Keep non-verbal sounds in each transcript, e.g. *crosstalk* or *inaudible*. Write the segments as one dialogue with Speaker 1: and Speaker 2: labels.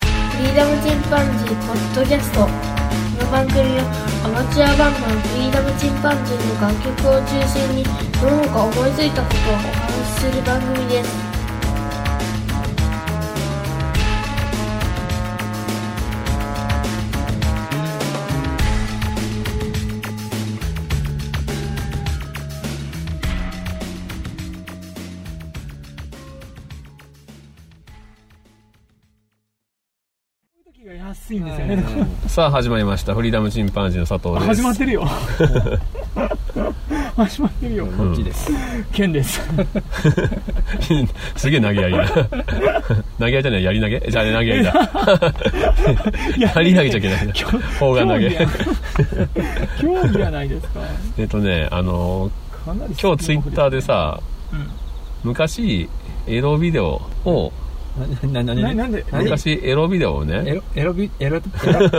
Speaker 1: フリーダムチンパンジーポッドキャストこの番組はアマチュアバンドのフリーダムチンパンジーの楽曲を中心にその他思いついたことをお話しする番組です
Speaker 2: 時が安いんですよね、
Speaker 3: さあ始まりましたフリーダムチンパンジーの佐藤です
Speaker 2: 始まってるよ始まってるよ
Speaker 3: うん
Speaker 2: 剣です
Speaker 3: *laughs* すげえ投げやり *laughs* だ投げやりじゃないやり投げじゃあ投げやりだやり投げちゃいけないな
Speaker 2: 興
Speaker 3: 砲丸投げ
Speaker 2: 興味はない
Speaker 3: *laughs*
Speaker 2: ですか
Speaker 3: えっとねあの
Speaker 2: かなり
Speaker 3: 今日ツイッターでさ、
Speaker 2: ん
Speaker 3: 昔エロビデオを
Speaker 4: な、な、な、
Speaker 2: な
Speaker 4: な、
Speaker 2: なんで
Speaker 4: 何
Speaker 3: 昔エロビデオを
Speaker 4: エ
Speaker 3: ね
Speaker 4: ロ、エロビ、エロ、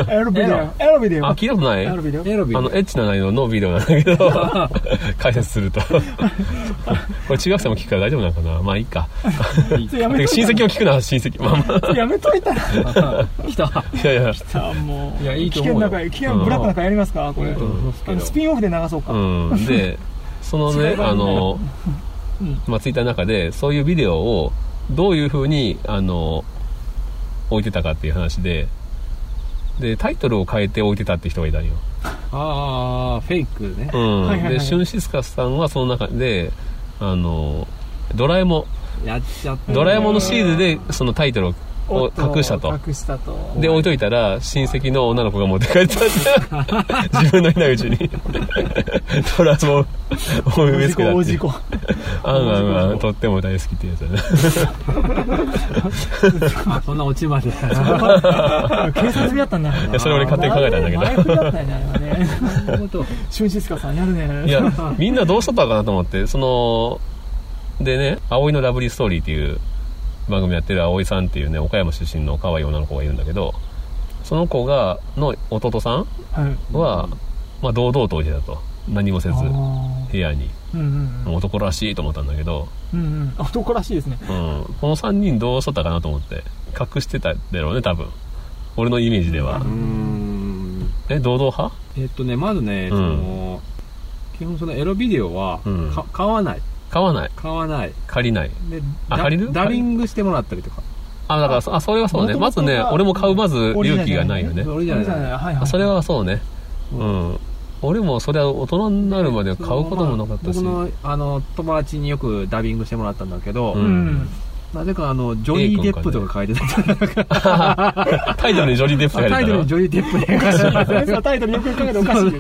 Speaker 2: エロビデ
Speaker 4: エ
Speaker 2: オ
Speaker 4: ロ
Speaker 2: エロビデオ
Speaker 3: あ聞いたことない
Speaker 2: エロビデオ
Speaker 4: エロビ
Speaker 3: あのエッチな内容のビデオなんだけど解説するとこれ中学生も聞くから大丈夫なのかなまあいいか
Speaker 2: それやめ
Speaker 3: てか
Speaker 2: とい
Speaker 3: 親戚を聞くな親戚まあま
Speaker 2: たらやめといたら
Speaker 4: 来た。
Speaker 3: あいやいや
Speaker 2: さあもう
Speaker 4: いやいい
Speaker 2: 危
Speaker 4: と思
Speaker 2: 険
Speaker 4: うよ
Speaker 2: な会危険ブラックな会やりますかこれ、あのスピンオフで流そうか、
Speaker 3: うん、でその
Speaker 2: 違
Speaker 3: ね
Speaker 2: う番
Speaker 3: あ
Speaker 2: 組だ
Speaker 3: の、まあ、ツイッターの中でそういうビデオをどういうふうにあの置いてたかっていう話ででタイトルを変えて置いてたって人がいたんよ、
Speaker 4: ああ、フェイクね
Speaker 3: う。ん
Speaker 2: はいはいはい
Speaker 3: でシュンシスカスさんはその中であのドラえも
Speaker 4: やっちゃっ
Speaker 3: ん
Speaker 4: た。
Speaker 3: ドラえもんのシリーズでそのタイトルを
Speaker 2: お
Speaker 3: を
Speaker 2: っと
Speaker 3: 隠したと
Speaker 2: 隠したと
Speaker 3: で置いといたら親戚の女の子が持って帰ってたって自分のいないうち
Speaker 2: *laughs*
Speaker 3: にドラえもんを
Speaker 2: お
Speaker 3: 植え
Speaker 2: じこ
Speaker 3: 付け
Speaker 2: お
Speaker 3: たってい
Speaker 2: じ
Speaker 3: う
Speaker 2: こ
Speaker 3: あんあんあんとっても大好きってやつだね
Speaker 4: あ、そんなオチまで。
Speaker 2: *laughs* 警察部だったんだ
Speaker 3: いやそれ俺勝手に考えたんだけど
Speaker 2: 前振りだったよねあれはね
Speaker 4: そうい
Speaker 3: *laughs*
Speaker 4: うこと
Speaker 2: シュンシスカさんやるね
Speaker 3: いやみんなどうしとったかなと思ってそのでね「葵のラブリーストーリー」っていう番組やってる葵さんっていうね岡山出身の可愛い女の子がいるんだけどその子がの弟さ
Speaker 2: はい
Speaker 3: んは、まあ、堂々と置いてたと何もせず
Speaker 2: あ
Speaker 3: 部屋に
Speaker 2: ーうんうん
Speaker 3: 男らしいと思ったんだけど、
Speaker 2: うんうん男らしいですね
Speaker 3: うん、この3人どうしとったかなと思って隠してたんだろうね多分俺のイメージでは
Speaker 4: うーん。
Speaker 3: え堂々派
Speaker 4: えっとね、まずね、
Speaker 3: う
Speaker 4: そ
Speaker 3: ん
Speaker 4: の、基本そのエロビデオは
Speaker 3: うん、
Speaker 4: か買わない。
Speaker 3: 買わない
Speaker 4: 買わない。
Speaker 3: 借りない
Speaker 4: で、
Speaker 3: あ
Speaker 4: ダ
Speaker 3: 借りる
Speaker 4: ダビングしてもらったりとか。
Speaker 3: あだからそあそれはそうねま
Speaker 2: 元
Speaker 3: ず
Speaker 2: 々
Speaker 3: ね
Speaker 2: は
Speaker 3: 俺も買うまず
Speaker 2: オリジナ
Speaker 3: 勇
Speaker 2: ル
Speaker 3: 気
Speaker 2: じゃ
Speaker 3: が
Speaker 2: な
Speaker 3: ないいよね
Speaker 4: 俺じゃ
Speaker 2: あ
Speaker 4: な
Speaker 2: れ
Speaker 4: い
Speaker 2: じゃないはいは
Speaker 3: あ
Speaker 2: い
Speaker 3: それはそうね
Speaker 4: う
Speaker 3: うん俺もそれは大人になるまでは買うこともなかったし
Speaker 4: 僕の、あの、友達によくダビングしてもらったんだけど
Speaker 3: う、
Speaker 2: うんん
Speaker 4: なぜかあの、ジョニー・デップとか書いてた。
Speaker 3: タイトルにジョニー・デップが
Speaker 4: タイト
Speaker 3: 入
Speaker 4: ルに
Speaker 3: れ
Speaker 4: ジョニー・デップで *laughs*
Speaker 2: そうタイトルよくよく考えておかしいよね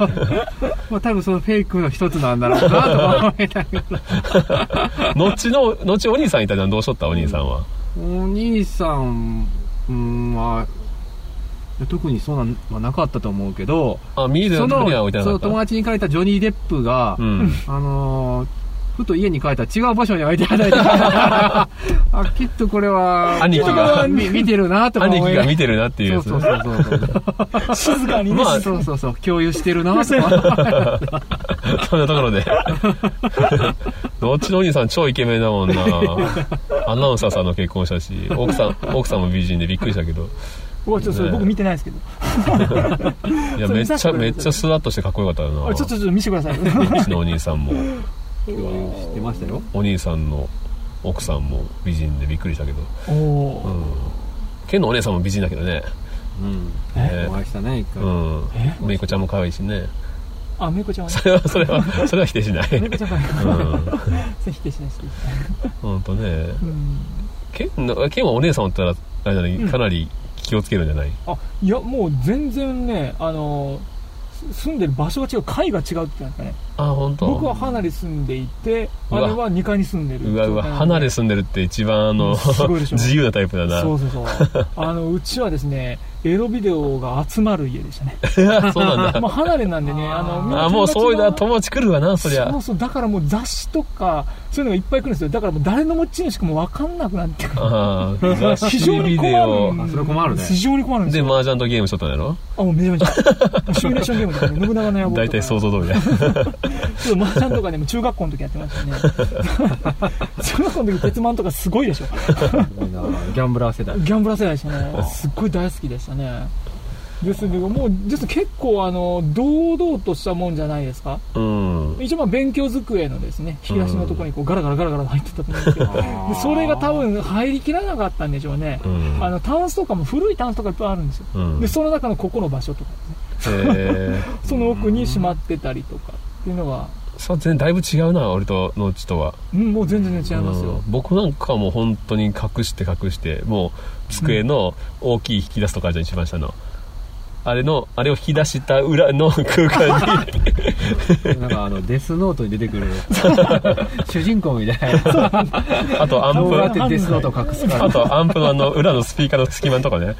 Speaker 4: まあ多分そのフェイクの一つなんだろうなとは思いながら。
Speaker 3: たら後の後お兄さんいたじゃんどうしとったお兄さんは
Speaker 4: お兄さん、うん、まあ、特にそんなんはなかったと思うけど、
Speaker 3: あ見える
Speaker 4: そ
Speaker 3: ような
Speaker 4: の
Speaker 3: 時には置いてな
Speaker 4: そ
Speaker 3: かっ
Speaker 4: の
Speaker 3: た
Speaker 4: 友達に書いたジョニー・デップが、
Speaker 3: うん
Speaker 4: あのーふと家に帰ったら違う場所に置いて *laughs* あたりとかあ、きっとこれは、
Speaker 3: 兄貴が
Speaker 4: 見見てるなとか
Speaker 3: 兄
Speaker 4: 思いな
Speaker 3: 貴が
Speaker 4: がら
Speaker 3: 見てるなっていうやつ
Speaker 4: そうそうそうそうそう。
Speaker 2: 静かにね
Speaker 3: まあ
Speaker 4: そうそうそう、共有してるなとか。
Speaker 3: *laughs* そんなところで *laughs* どっちのお兄さん超イケメンだもんなアナウンサーさんの結婚したし奥さん奥さんも美人でびっくりしたけど
Speaker 2: うわちょっとそれ僕見てないですけど
Speaker 3: い
Speaker 2: それ
Speaker 3: やめっ
Speaker 2: 見さ
Speaker 3: ち
Speaker 2: せ
Speaker 3: ゃ
Speaker 2: てくれ
Speaker 3: め
Speaker 2: る
Speaker 3: っちゃスワッとしてかっこよかったよな
Speaker 2: あちょっとちょっと見せてくだ
Speaker 3: *laughs*
Speaker 2: さい
Speaker 3: うちのお兄さんも
Speaker 4: 共有してましたよ。
Speaker 3: お兄さんの奥さんも美人でびっくりしたけど
Speaker 2: おお
Speaker 3: う
Speaker 2: ー
Speaker 3: んケンのお姉さんも美人だけどね
Speaker 4: うん。
Speaker 3: ね
Speaker 4: お会いしたね、一回。
Speaker 3: うん
Speaker 2: え
Speaker 3: めいこちゃんも可愛いしね *laughs*
Speaker 2: あめいこちゃんはね
Speaker 3: それはそれは *laughs* それは否定しない
Speaker 2: めいこちゃんか
Speaker 3: うん
Speaker 2: それ否定しないし
Speaker 3: ほんとね
Speaker 2: うん
Speaker 3: ケンのケンはお姉さんおったらあれだねかなり気をつけるんじゃない
Speaker 2: あいやもう全然ねあのす住んでる場所が違う階が違うって言うんですかね
Speaker 3: あ本当。
Speaker 2: 僕は離れ住んでいて
Speaker 3: う
Speaker 2: あ
Speaker 3: わ
Speaker 2: れは2階に住んでる
Speaker 3: うわうわ離れ
Speaker 2: 住
Speaker 3: 住んでるって一番あの
Speaker 2: すごいでしょ
Speaker 3: 自由なタイプだな
Speaker 2: そうそうそうあのうちはですねエロビデオが集まる家でした
Speaker 3: *laughs*
Speaker 2: ね
Speaker 3: *laughs* そうなんだ
Speaker 2: もう離れなんでねあのみん *laughs* な
Speaker 3: あもうそういう
Speaker 2: 友達
Speaker 3: だ
Speaker 2: が
Speaker 3: 友達来るわなそりゃ
Speaker 2: そうそうだからもう雑誌とかそういうのがいっぱい来るんですよだからもう誰の持ち主かも分かんなくなってくる
Speaker 3: ああ雑
Speaker 2: 非
Speaker 3: 誌
Speaker 2: 常に
Speaker 3: ビ
Speaker 2: 困
Speaker 3: デオ
Speaker 2: る
Speaker 4: あそれ困るね
Speaker 2: 非常に困るんです
Speaker 3: で
Speaker 2: よ
Speaker 3: 麻雀とゲームしとったんやろ
Speaker 2: あもうめちゃめ
Speaker 3: *laughs*
Speaker 2: ちゃシミュレーションゲームとかね信長の野望とか
Speaker 3: 大体想像
Speaker 2: *laughs*
Speaker 3: 通りだ
Speaker 2: ちょっと麻雀とかね、もう中学校の時やってま
Speaker 3: *laughs*
Speaker 2: したね。中学校の時、鉄腕とかすごいでしょ。
Speaker 4: すごいなギャンブラー世代
Speaker 2: ギャンブラー世代でしたね。すっごい大好きでしたね。ですけど、もう、です結構、あの、堂々としたもんじゃないですか。
Speaker 3: うん
Speaker 2: 一応、まあ、勉強机のですね、引き出しのところにこう、ガラガラガラガラ入ってたと思うんですけど、でそれが多分入りきらなかったんでしょうね
Speaker 3: う。ん
Speaker 2: あの、タンスとかも古いタンスとかいっぱいあるんですよ。
Speaker 3: うん
Speaker 2: で、その中のここの場所とか、
Speaker 3: え *laughs* ー
Speaker 2: その奥にしまってたりとかっていうのが、
Speaker 3: さ全然だいぶ違うな俺とのうちとは
Speaker 2: うん、もう全然違いますよ
Speaker 3: う。ん僕なんかはもう本当に隠して隠してもう机の大きい引き出すとかじゃん一番下のあれのあれを引き出した裏の *laughs*
Speaker 2: *laughs*
Speaker 3: 空間に
Speaker 4: なんかあのデスノートに出て
Speaker 3: *laughs*
Speaker 4: くる主人公みたいな
Speaker 3: あとア
Speaker 4: どうやっ
Speaker 3: ンプ
Speaker 4: てデスノートを隠すか
Speaker 3: あとアンプのあの裏のスピーカーの隙間のとかね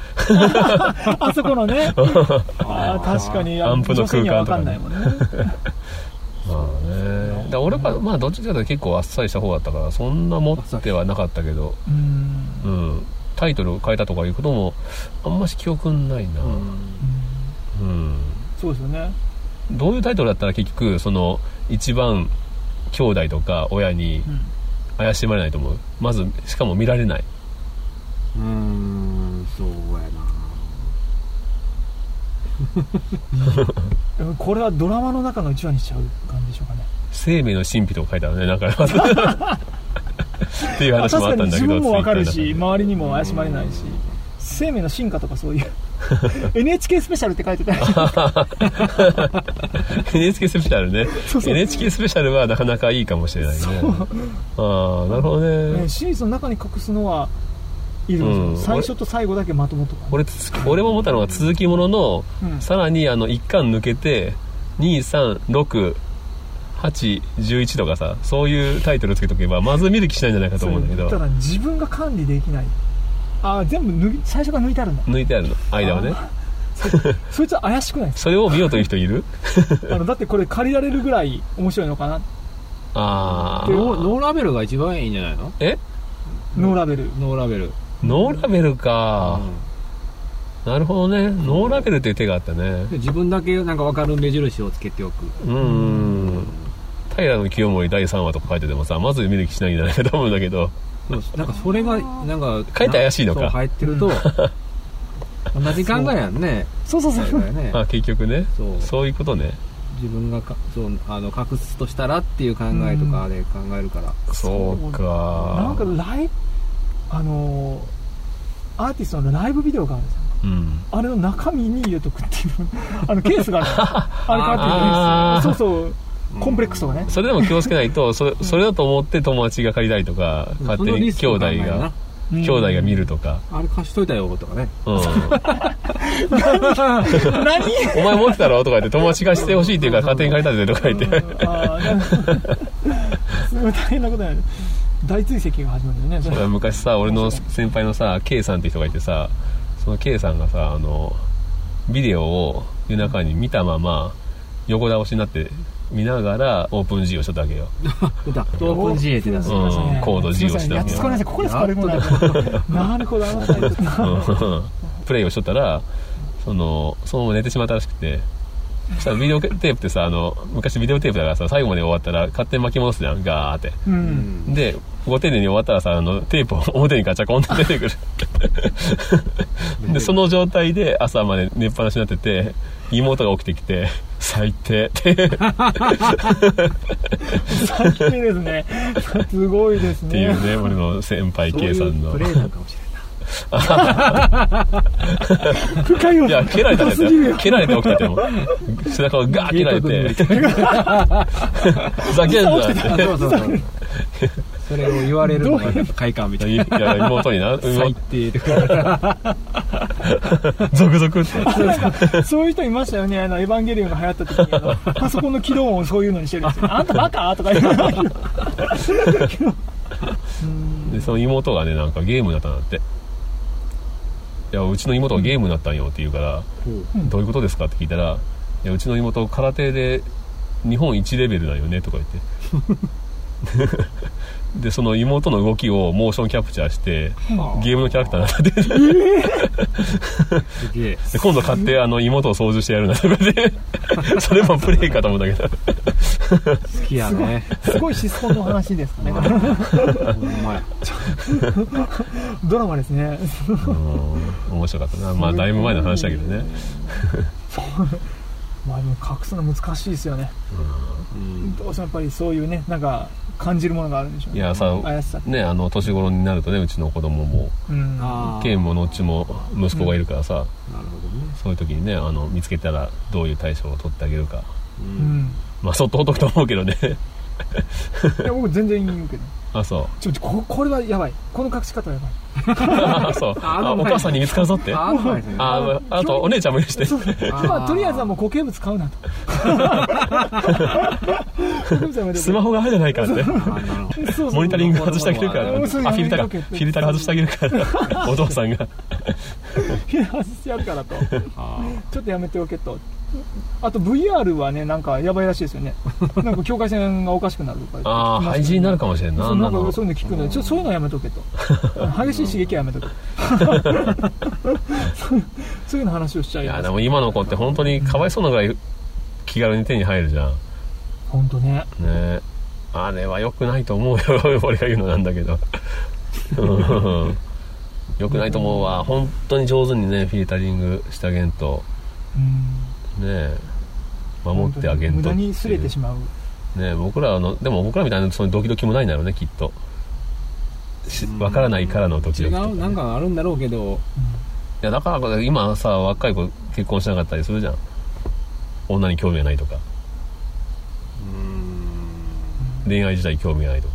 Speaker 2: あそこの
Speaker 3: *laughs*
Speaker 2: ねあー確かに
Speaker 3: アンプの空間
Speaker 2: とか
Speaker 3: とかね
Speaker 2: んないもんね
Speaker 3: まあねだから俺はまあどっちかというと結構あっさりした方だったからそんな持ってはなかったけど
Speaker 2: うん
Speaker 3: うんタイトルを変えたとかいうこともあんまし記憶ないなうん
Speaker 2: そうですよね
Speaker 3: どういうタイトルだったら結局その一番兄弟とか親に
Speaker 2: うん
Speaker 3: 怪しまれないと思うまずしかも見られない
Speaker 4: うんそうや
Speaker 2: でもこれはドラマの中の一話にしちゃう感じでしょうかね
Speaker 3: 生命の神秘とか書いてあるねなんか
Speaker 2: *laughs*
Speaker 3: っていう
Speaker 2: あ
Speaker 3: 話
Speaker 2: 確
Speaker 3: もあ
Speaker 2: かに
Speaker 3: ったんだ
Speaker 2: 自
Speaker 3: けど
Speaker 2: 分もわかるし
Speaker 3: ツイッターの中
Speaker 2: 周りにも怪しまれないし生命の進化とか
Speaker 3: *laughs*
Speaker 2: そういう NHK スペシャルって書いてた
Speaker 3: で NHK スペシャルね
Speaker 2: そうそう
Speaker 3: NHK スペシャルはなかなかいいかもしれないねああなるほどね
Speaker 2: ねシリーズの中に隠すのはいるんですよ
Speaker 3: う
Speaker 2: 最初
Speaker 3: ん
Speaker 2: と最後だけまともとかね
Speaker 3: 俺つ俺も思ったのが続きものの、
Speaker 2: うん
Speaker 3: さらにあの1巻抜けて236811とかさそういうタイトルつけとけばまず見る気しないんじゃないかと思うんだけ
Speaker 2: そうた
Speaker 3: ど
Speaker 2: だ自分が管理できないああ全部抜き最初から抜いてあるんだ
Speaker 3: 抜いてあるの間はね
Speaker 2: そいつは怪しく
Speaker 3: *laughs*
Speaker 2: ないです
Speaker 3: それを見ようという人いる
Speaker 2: あのだってこれ借りられるぐらい面白いのかな
Speaker 3: あ
Speaker 4: ノ
Speaker 3: あ
Speaker 4: ーラベルが一番いいんじゃないの
Speaker 3: え
Speaker 2: ノーラベル
Speaker 4: ノーラベル
Speaker 3: ノーラベルか
Speaker 4: うん、
Speaker 3: なるほどねノーラベルっていう手があったね
Speaker 4: で自分だけなんか分かる目印をつけておく
Speaker 3: うん平野清盛第3話とか書いててもさまず見る気しないんじゃないかと思うんだけど
Speaker 4: そうなんかそれがなんか
Speaker 3: 書いて怪しいのか
Speaker 4: そう入ってると同じ考えやんね
Speaker 2: そうそうそう
Speaker 4: そうだよ
Speaker 3: *laughs*
Speaker 4: ね
Speaker 3: あ結局ね
Speaker 4: そう
Speaker 3: そういうことね
Speaker 4: 自分がかそうあの隠すとしたらっていう考えとかで考えるから
Speaker 3: そうか
Speaker 2: なんかライブあのーアーティストのライブビデオがあるんですよ
Speaker 3: うん
Speaker 2: あれの中身に入れとくっていうあのケースがあ
Speaker 3: *laughs* あ
Speaker 2: るんですよ
Speaker 3: ー
Speaker 2: あれ買ってるんですよそうそうコンプレックスとかね
Speaker 3: それでも気をつけない
Speaker 4: *laughs*
Speaker 3: とそれそれだと思って友達が借りたりとか勝
Speaker 4: そ
Speaker 3: 手
Speaker 4: の
Speaker 3: に
Speaker 4: リス
Speaker 3: 兄
Speaker 4: クを
Speaker 3: 弟
Speaker 4: 考えな
Speaker 3: が兄弟が見るとか、
Speaker 4: あれ貸しといたよと
Speaker 3: *laughs*
Speaker 4: かね *laughs*
Speaker 3: うん、
Speaker 2: 何
Speaker 3: お前持ってたろとか言って友達がしてほしいっていうから勝手に借りたぜとか言って
Speaker 2: あーなんかすごい *laughs* 大変なことになる大追跡が始まるんだよねそれ
Speaker 3: 俺 *laughs* 昔さ俺の先輩のさ K さんって人がいてさその K さんがさあのビデオを夜中に見たまま横倒しになって見ながらオープン G をしとったわけよ
Speaker 4: だオープン GA って出す
Speaker 2: すいません
Speaker 3: うんコード G をした
Speaker 2: すいませんやっと使われないここで使われるもんななるほどあのタイプ
Speaker 3: プレイをしとったらそのそのまま寝てしまったらしくてそしたらビデオテープってさあの昔ビデオテープだからさ最後まで終わったら勝手に巻き戻すじゃんガーって
Speaker 2: う
Speaker 4: うんん
Speaker 3: でご丁寧に終わったらさあのテープを *laughs* 表にガチャコンって出てくるでその状態で朝まで寝っぱなしになってて妹が起きてきて「最低」って
Speaker 2: 最低ですねすごいですね
Speaker 3: っていうね俺の先輩
Speaker 4: そうい
Speaker 3: K さん
Speaker 4: う
Speaker 3: の
Speaker 4: プレイなんかもし
Speaker 2: 深いよ
Speaker 3: いや蹴られたんです
Speaker 2: すぎる
Speaker 3: よ
Speaker 2: よ
Speaker 3: 蹴られて起きたってもう背中をガーッ蹴られて
Speaker 4: 警
Speaker 3: *laughs* ふざけんなっ
Speaker 4: れないそう
Speaker 3: て
Speaker 4: そうそうそれを言われるのがやっぱ快感みたい
Speaker 3: い
Speaker 4: な
Speaker 3: や妹にな
Speaker 4: 最
Speaker 3: 妹
Speaker 4: 低とか
Speaker 3: *laughs* ゾクゾクって
Speaker 2: そういう人いましたよねあのエヴァンゲリオンが流行った時にあのパソコンの起動音をそういうのにしてるんですよあんたバカとか言う
Speaker 3: *laughs* でその妹がねなんかゲームだったんだっていやうちの妹がゲームになったんよ」って言うから
Speaker 4: ほう
Speaker 3: 「どういうことですか?」って聞いたら「いやうちの妹空手で日本一レベルだよね」とか言って *laughs* でその妹の動きをモーションキャプチャーしてゲームのキャラクターになったって
Speaker 4: すげえ
Speaker 3: で今度買ってあの妹を操縦してやるなとかで *laughs* それもプレイかと思ったけど
Speaker 4: 好きやね
Speaker 2: すごいシスコンの話ですかね
Speaker 4: ほんまや
Speaker 2: *laughs* ドラマですね
Speaker 3: うん面白かったなまあだいぶ前の話だけどね
Speaker 2: まあでも隠すの難しいですよね
Speaker 4: うん
Speaker 2: どうしてもやっぱりそういうねなんか感じるものがあるんでしょう
Speaker 3: い
Speaker 2: ね
Speaker 3: やさ
Speaker 2: 怪しさって
Speaker 3: ねあの年頃になるとねうちの子供も
Speaker 2: うん
Speaker 4: あー
Speaker 3: ケンものっちも息子がいるからさ、
Speaker 4: なるほどね
Speaker 3: そういう時にねあの見つけたらどういう対処を取ってあげるか
Speaker 4: う
Speaker 2: うんん
Speaker 3: まあそっとほっとくと思うけどね *laughs*
Speaker 2: いや僕全然言うけど
Speaker 3: あそ
Speaker 2: ちょちょここれはやばいこの隠し方はやばいう
Speaker 3: あ *laughs* そう
Speaker 4: あ
Speaker 3: あ
Speaker 4: 危ない
Speaker 3: お母さんに見つかるぞってあ
Speaker 4: あそうですね
Speaker 3: ああとお姉ちゃんもいるしね
Speaker 2: そうまあとりあえずはもう固形物買うなと固形物はやめとけ
Speaker 3: *laughs* スマホがあるじゃないかって
Speaker 4: あなるほど
Speaker 2: そうそう
Speaker 3: モニタリング外してあげるからあ
Speaker 2: そう
Speaker 3: フ
Speaker 2: そう
Speaker 3: ィルターか
Speaker 2: そう
Speaker 3: フ
Speaker 2: そう
Speaker 3: ィルター外してあげるからお父さんが
Speaker 2: いや外してやるからと
Speaker 4: あー
Speaker 2: ちょっとやめておけとあと VR はねなんかやばいらしいですよねなんか境界線がおかしくなるとか言って
Speaker 3: ああ
Speaker 2: 聞きましたね
Speaker 3: 廃人になるかもしれんな
Speaker 2: そうなんかそう
Speaker 3: う
Speaker 2: いうの聞くのでちょっとそういうのはやめと
Speaker 3: *laughs*
Speaker 2: けと激しい刺激はやめとけとそういうの話をしちゃ
Speaker 3: い
Speaker 2: いま
Speaker 3: や
Speaker 2: す
Speaker 3: でも今の子って本当にかわいそうなぐらい気軽に手に入るじゃん
Speaker 2: 本当ね
Speaker 3: ねあれは良くないと思うよ *laughs* 俺が言うのなんだけどうん良くないと思うわ本当に上手にねフィルタリングしてあげんと
Speaker 2: うん
Speaker 3: ね守ってあげん
Speaker 2: 無
Speaker 3: とっ
Speaker 2: 駄
Speaker 3: ていう
Speaker 2: にすれてしまう
Speaker 3: ね僕らのでも僕らみたいなそのドキドキもないんだろうねきっとしわからないからのドキ
Speaker 4: 違
Speaker 3: ドキと
Speaker 4: う
Speaker 3: か
Speaker 4: なんかあるんだろうけど
Speaker 3: いやだからこれ今さ若い子結婚しなかったりするじゃん女に興味がないとか
Speaker 4: うん
Speaker 3: 恋愛自体興味がないとか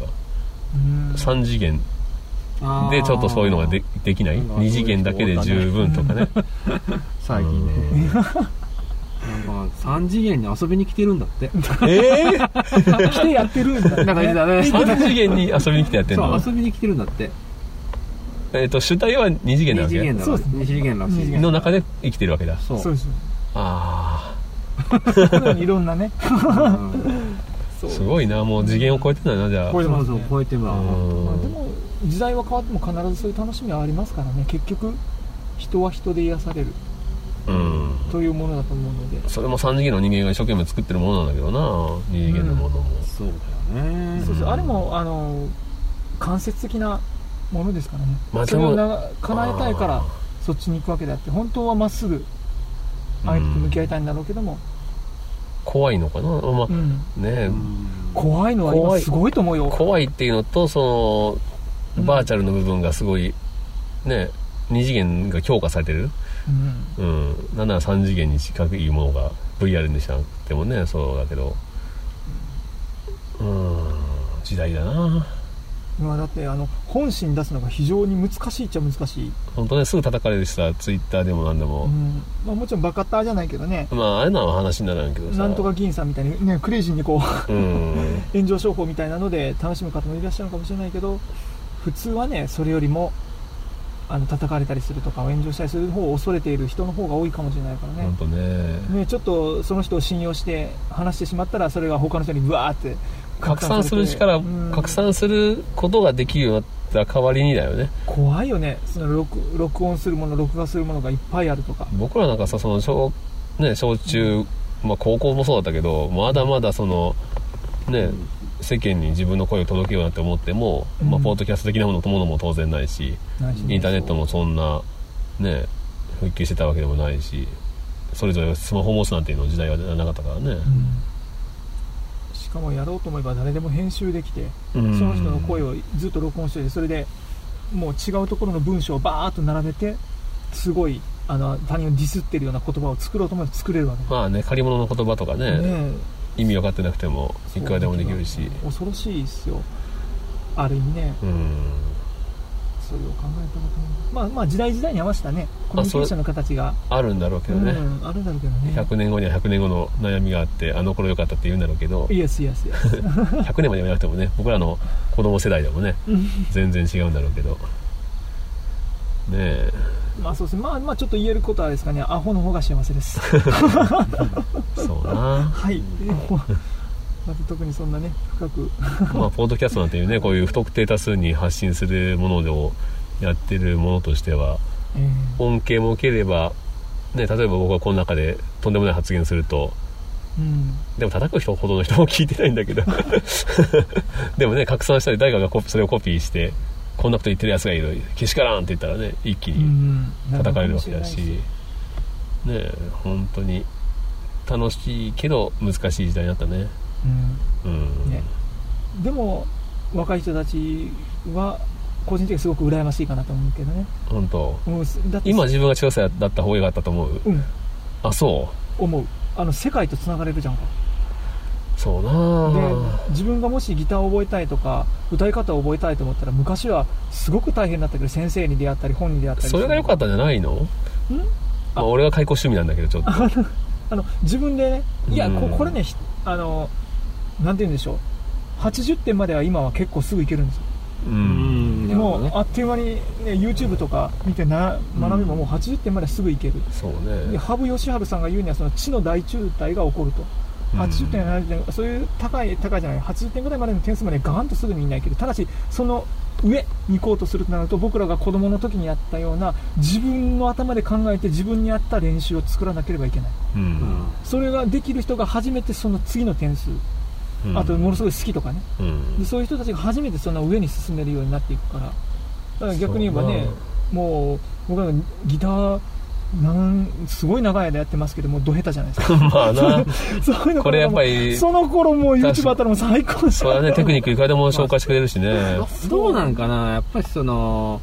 Speaker 2: うん
Speaker 3: 3次元でちょっとそういうのがでできない
Speaker 4: なんか
Speaker 3: 2次元だけで十分とかね
Speaker 4: 最近ねなんか3次元に遊びに来てるんだって
Speaker 3: ええ
Speaker 2: 来てやってるんだ
Speaker 4: なんか言ってたね
Speaker 3: 3次元に遊びに来てやってん
Speaker 4: そ
Speaker 3: の
Speaker 4: う遊びに来てるんだって
Speaker 3: えっ、と主体は2次元
Speaker 4: 2
Speaker 3: なわ
Speaker 4: 次
Speaker 3: け
Speaker 4: 元だ
Speaker 2: そう
Speaker 4: ろ
Speaker 2: です
Speaker 4: 2次元らし
Speaker 2: 二次
Speaker 4: い
Speaker 2: 元
Speaker 3: の中で生きてるわけだ
Speaker 4: そ
Speaker 2: そう
Speaker 4: う
Speaker 2: です
Speaker 3: あ
Speaker 2: このようにいろんなね
Speaker 4: うん
Speaker 3: あすごいなもう次元を超えてんだなじゃあ
Speaker 2: 超えて
Speaker 4: そ
Speaker 2: ま
Speaker 4: う
Speaker 2: す
Speaker 4: そ
Speaker 2: ね
Speaker 4: う超えてま
Speaker 2: ま
Speaker 4: う
Speaker 2: あで
Speaker 3: うん
Speaker 2: も時代は変わっても必ずそういう楽しみはありますからね結局人は人で癒される
Speaker 3: うん
Speaker 2: というものだと思うので
Speaker 3: それも3次元の人間が一生懸命作ってるものなんだけどな2次元のものも、
Speaker 4: そうだよね
Speaker 2: そうそう
Speaker 3: うん
Speaker 2: あれもあの間接的なものですからね、
Speaker 3: まあ
Speaker 2: それを
Speaker 3: でも
Speaker 2: な叶えたいからそっちに行くわけであって本当はまっすぐ相手と向き合いたいんだろうけども、
Speaker 3: 怖いのかな、まあ
Speaker 2: うん
Speaker 3: ねえ、
Speaker 4: うん
Speaker 2: 怖いのは
Speaker 3: 怖
Speaker 2: 今
Speaker 3: い
Speaker 2: すごいと思うよ
Speaker 3: 怖いっていうのとそのバーチャルの部分がすごいね2次元が強化されてる、
Speaker 2: うん
Speaker 3: うん、なんなら3次元に近いものが VR にしなくてもねそうだけどうん時代だな
Speaker 2: 今だってあの本心出すのが非常に難しいっちゃ難しい、
Speaker 3: 本当ねすぐ叩かれるしさツイッターでも何で
Speaker 2: う
Speaker 3: も、
Speaker 2: んまあ、もちろんバカッターじゃないけどね
Speaker 3: まああれなのは話にならんけどさ
Speaker 2: なんとか議員さんみたいに、ね、クレイジーにこう
Speaker 3: うん
Speaker 2: 炎上商法みたいなので楽しむ方もいらっしゃるかもしれないけど普通はねそれよりもあの叩かれたりするとか炎上したりする方を恐れている人の方が多いかもしれないからね
Speaker 3: 本当ね
Speaker 2: ね、ちょっとその人を信用して話してしまったらそれが他の人にブワーって
Speaker 3: 拡散する
Speaker 2: され
Speaker 3: 力
Speaker 2: てうん
Speaker 3: 拡散することができるようになった代わりにだよね
Speaker 2: 怖いよねその録録音するもの録画するものがいっぱいあるとか
Speaker 3: 僕らなんかさその小,、ね、小中、まあ、高校もそうだったけどまだまだそのね、世間に自分の声を届けようなんて思っても、ま
Speaker 2: う
Speaker 3: あ、
Speaker 2: ん
Speaker 3: ポッドキャスト的なものものも当然ないし、
Speaker 2: ないしね
Speaker 3: インターネットもそんなね復旧してたわけでもないしそれぞれスマホを持つなんていうの時代はなかったからね、
Speaker 2: うんしかもやろうと思えば誰でも編集できて
Speaker 3: う
Speaker 2: そ
Speaker 3: ん
Speaker 2: の人の声をずっと録音しててそれでもう違うところの文章をバーッと並べてすごいあの他人をディスってるような言葉を作ろうと思えば作れるわけ
Speaker 3: まあね借り物の言葉とかね
Speaker 2: だね
Speaker 3: 意味分かってなくてもいくらでもできるし
Speaker 2: 恐ろしいですよある意味ね
Speaker 3: うん
Speaker 2: それを考えたこともまあまあ時代時代に合わせたねコミュニケーションの形が
Speaker 3: あるんだろうけどね、
Speaker 2: うん、あるんだろうけどね
Speaker 3: 100年後には100年後の悩みがあってあの頃良かったって言うんだろうけど
Speaker 2: イエスイエスイエス
Speaker 3: 100年までやめなくてもね僕らの子供世代でもね全然違うんだろうけどねえ
Speaker 2: *laughs* まあそうですねまあまあちょっと言えることはあれですかねアホの方が幸せです
Speaker 3: そうな *laughs*
Speaker 2: はいでもまず特にそんなね深く
Speaker 3: まあポッドキャストなんていうねこういう不特定多数に発信するものをやってるものとしては
Speaker 2: えー
Speaker 3: 恩恵も受ければ、ね、例えば僕がこの中でとんでもない発言すると
Speaker 2: うん
Speaker 3: でも叩く人ほどの人も聞いてないんだけど *laughs* でもね拡散したり誰かがコピそれをコピーしてこんなこと言ってるやつがいるけしからんって言ったらね一気
Speaker 2: う
Speaker 3: に
Speaker 2: ん
Speaker 3: 叩かれるわけだし、
Speaker 2: なる
Speaker 3: ねえ本当に楽しいけど難しい時代になったね
Speaker 2: ほどうん
Speaker 3: うん
Speaker 2: ねでも若い人たちは個人的にすごく羨ましいかなと思うけどね、
Speaker 3: 本当
Speaker 2: うん、だって
Speaker 3: 今自分が違う歳だった方が良かったと思う
Speaker 2: うん
Speaker 3: あそ
Speaker 2: 思うあの世界とつながれるじゃんか
Speaker 3: うそうなあ
Speaker 2: で自分がもしギターを覚えたいとか歌い方を覚えたいと思ったら昔はすごく大変だったけど先生に出会ったり本に出会ったり
Speaker 3: それが良かったんじゃないのまあ、俺が開口趣味なんだけどちょっと
Speaker 2: あの自分でねいやこ
Speaker 3: うん
Speaker 2: これねひあのなんて言うんでしょう80点までは今は結構すぐいけるんですよ
Speaker 3: う
Speaker 4: うんん
Speaker 2: もう
Speaker 4: ね
Speaker 2: あっという間に、ね、YouTube とか見てな学びももう80点まですぐいける、
Speaker 3: そう
Speaker 2: で
Speaker 3: ね
Speaker 2: 羽生善治さんが言うにはその知の大中退が起こると、
Speaker 3: うん
Speaker 2: 80点、70点、そういう高い高いじゃない、80点ぐらいまでの点数までガーンとすぐにいないけど、ただし、その上に行こうとするとなると、僕らが子供の時にやったような、自分の頭で考えて、自分に合った練習を作らなければいけない、
Speaker 3: う
Speaker 4: うんん
Speaker 2: それができる人が初めてその次の点数、
Speaker 3: うん
Speaker 2: あとものすごい好きとかね、
Speaker 3: うん
Speaker 2: でそういう人たちが初めてその上に進めるようになっていくから、だから逆に言えばね
Speaker 3: そう、
Speaker 2: もう僕らギターなん、すごい長い間やってますけど、もうど下手じゃないですか。
Speaker 3: *laughs* まあな
Speaker 2: そういうの
Speaker 3: これやっぱり
Speaker 2: その頃もう YouTube あったらもう最高でし
Speaker 3: それはねテクニックいくらでも紹介してくれるしね
Speaker 4: どうなんかなやっぱりその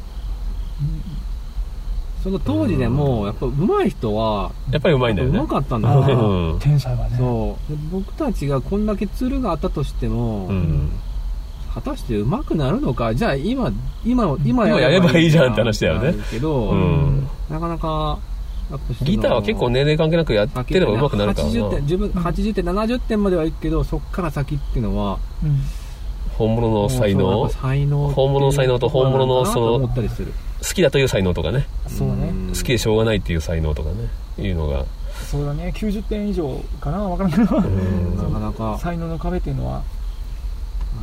Speaker 4: その当時でもやっぱ上手い人は
Speaker 3: やっぱりうまいんだよ
Speaker 4: 上
Speaker 3: ね
Speaker 4: 手かったんだ
Speaker 2: あ
Speaker 4: よ
Speaker 2: ー
Speaker 4: ね
Speaker 3: うん
Speaker 2: 天才はね
Speaker 4: そうで僕たちがこんだけツールがあったとしても、
Speaker 3: うん
Speaker 4: 果たして上手くなるのかじゃあ今今今
Speaker 3: 今やればいいじゃんって話だよね
Speaker 4: なるけど、
Speaker 3: うん
Speaker 4: なかなかやっぱその
Speaker 3: ギターは結構年齢関係なくやってれば上手くなるから
Speaker 4: 80点
Speaker 3: な
Speaker 4: 自分80点70点まではいくけどそっから先っていうのは
Speaker 2: うん
Speaker 3: 本物の才
Speaker 4: もうそう
Speaker 3: 能
Speaker 4: やっぱ才能
Speaker 3: 本物の才能と本物のその
Speaker 4: 思ったりする
Speaker 3: 好きだという才能とかね
Speaker 2: そうね
Speaker 4: ん
Speaker 3: 好きでしょうがないっていう才能とかねいうのが
Speaker 2: そうだね90点以上かなわからんけど
Speaker 3: うん
Speaker 4: なかなか
Speaker 2: 才能の壁っていうのは、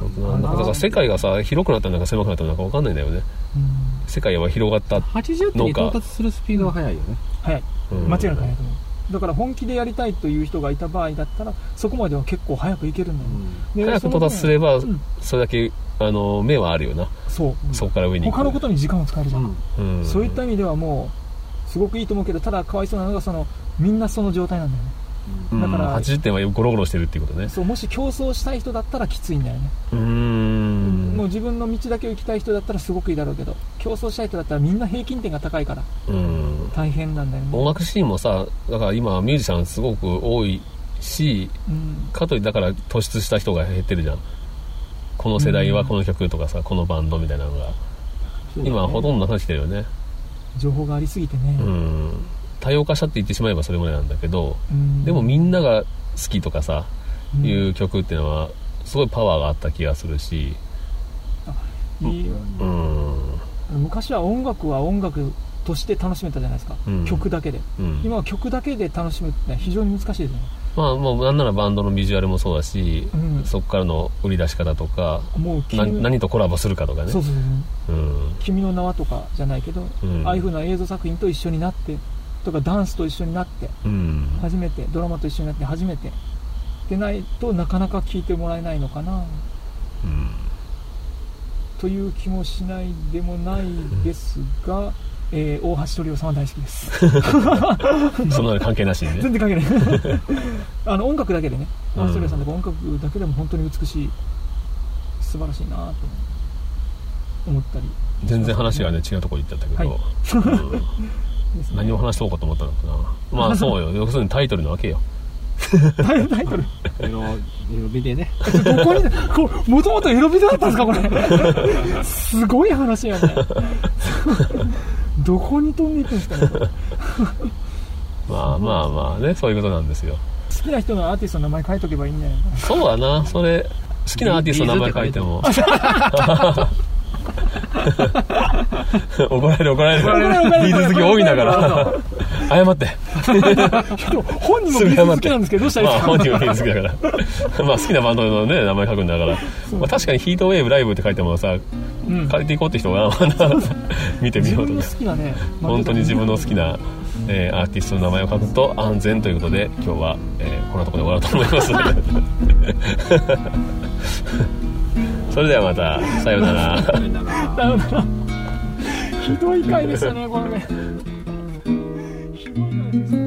Speaker 3: 本当ななんかだから世界がさ広くなったのか狭くなったのか分かんないんだよね
Speaker 2: うん
Speaker 3: 世界は広がった、
Speaker 4: 80点に到達するスピードが速いよね
Speaker 2: 早い
Speaker 3: うん
Speaker 2: 間違いなく早いと思うだから本気でやりたいという人がいた場合だったらそこまでは結構早くいけるんだもんで
Speaker 3: 早く到達すればそれだけあの目はあるよな
Speaker 2: そのね
Speaker 3: そこから上
Speaker 2: そう
Speaker 3: に行く
Speaker 2: 他のことに時間を使えるじゃん、
Speaker 3: うん
Speaker 2: そういった意味ではもうすごくいいと思うけどただかわいそうなのがそのみんなその状態なんだよね
Speaker 3: うん
Speaker 2: だから
Speaker 3: 80点はゴロゴロしてるっていうことね
Speaker 2: そうもし競争したい人だったらきついんだよね
Speaker 3: うーん
Speaker 2: もう自分の道だけを行きたい人だったらすごくいいだろうけど競争したい人だったらみんな平均点が高いから
Speaker 3: うん
Speaker 2: 大変なんだよね
Speaker 3: 音楽シーンもさだから今ミュージシャンすごく多いし
Speaker 2: うん
Speaker 3: かといってだから突出した人が減ってるじゃんこの世代はこの曲とかさこのバンドみたいなのが今ほとんどなくなってきてるよね
Speaker 2: 情報がありすぎて
Speaker 3: う
Speaker 2: ね、
Speaker 3: ん多様化したって言ってしまえばそれまでなんだけど
Speaker 2: うん
Speaker 3: でもみんなが好きとかさ
Speaker 2: うん
Speaker 3: いう曲っていうのはすごいパワーがあった気がするし
Speaker 2: いいよ
Speaker 3: うん
Speaker 2: 昔は音楽は音楽として楽しめたじゃないですか、
Speaker 3: うん
Speaker 2: 曲だけで
Speaker 3: うん
Speaker 2: 今は曲だけで楽しむってのは非常に難しいですね、
Speaker 3: まあもうなんならバンドのビジュアルもそうだし、
Speaker 2: うん
Speaker 3: そこからの売り出し方とか
Speaker 2: もう
Speaker 3: な
Speaker 2: 君
Speaker 3: 何とコラボするかとかね
Speaker 2: そうそうそう
Speaker 3: うん
Speaker 2: 君の名はとかじゃないけど、
Speaker 3: うん
Speaker 2: ああいうふうな映像作品と一緒になってとかダンスと一緒になって
Speaker 3: うん
Speaker 2: 初めてドラマと一緒になって初めてでないとなかなか聞いてもらえないのかな
Speaker 3: うん
Speaker 2: という気もしないでもないですが、えー大橋トリオさんは大好きです
Speaker 3: そんなの関係なしにね
Speaker 2: 全然関係ない
Speaker 3: *laughs*
Speaker 2: あの音楽だけでね
Speaker 3: うん
Speaker 2: 大橋トリオさんとか音楽だけでも本当に美しい素晴らしいなと思ったり
Speaker 3: 全然話がね違うとこ行っちゃったけど、
Speaker 2: は
Speaker 3: うん
Speaker 2: ですね
Speaker 3: 何を話そうかと思ったのかなまあそうよ要するにタイトルなわけよ
Speaker 2: *laughs* タイタイトル
Speaker 4: いろいろ見てね
Speaker 2: ここにこうもともとエロビデだったんですかこれすごい話やねどこに飛んでいくんですかねこれ
Speaker 3: まあまあまあねそういうことなんですよ
Speaker 2: 好きな人のアーティストの名前書いとけばいいんじゃないかな *laughs*
Speaker 3: そうだなそれ好きなアーティストの名前書いても怒られる怒られる
Speaker 2: られる怒られる
Speaker 3: ビーズ好き多いんだ
Speaker 2: *laughs*
Speaker 3: か
Speaker 2: 怒ら
Speaker 3: ら謝って
Speaker 2: でも本人もビーズ好きなんですけどどうしたらいいで
Speaker 3: まあ
Speaker 2: すか、
Speaker 3: 本人がビーズ好きだから *laughs* まあ好きなバンドのね名前書くんだから、まあ、確かにヒートウェーブライブって書いてもさ
Speaker 2: うん
Speaker 3: 借りていこうって人がまだ見てみ
Speaker 2: 自
Speaker 3: ようと
Speaker 2: 分の
Speaker 3: か
Speaker 2: 好きなね
Speaker 3: 本当に自分の好きな、えーアーティストの名前を書くと安全ということで今日は、えーこんなところで終わろうと思います
Speaker 2: *laughs*
Speaker 3: それではまたさようなら
Speaker 2: だよな *laughs* ひどい回でしたねこれねひどい回でしたね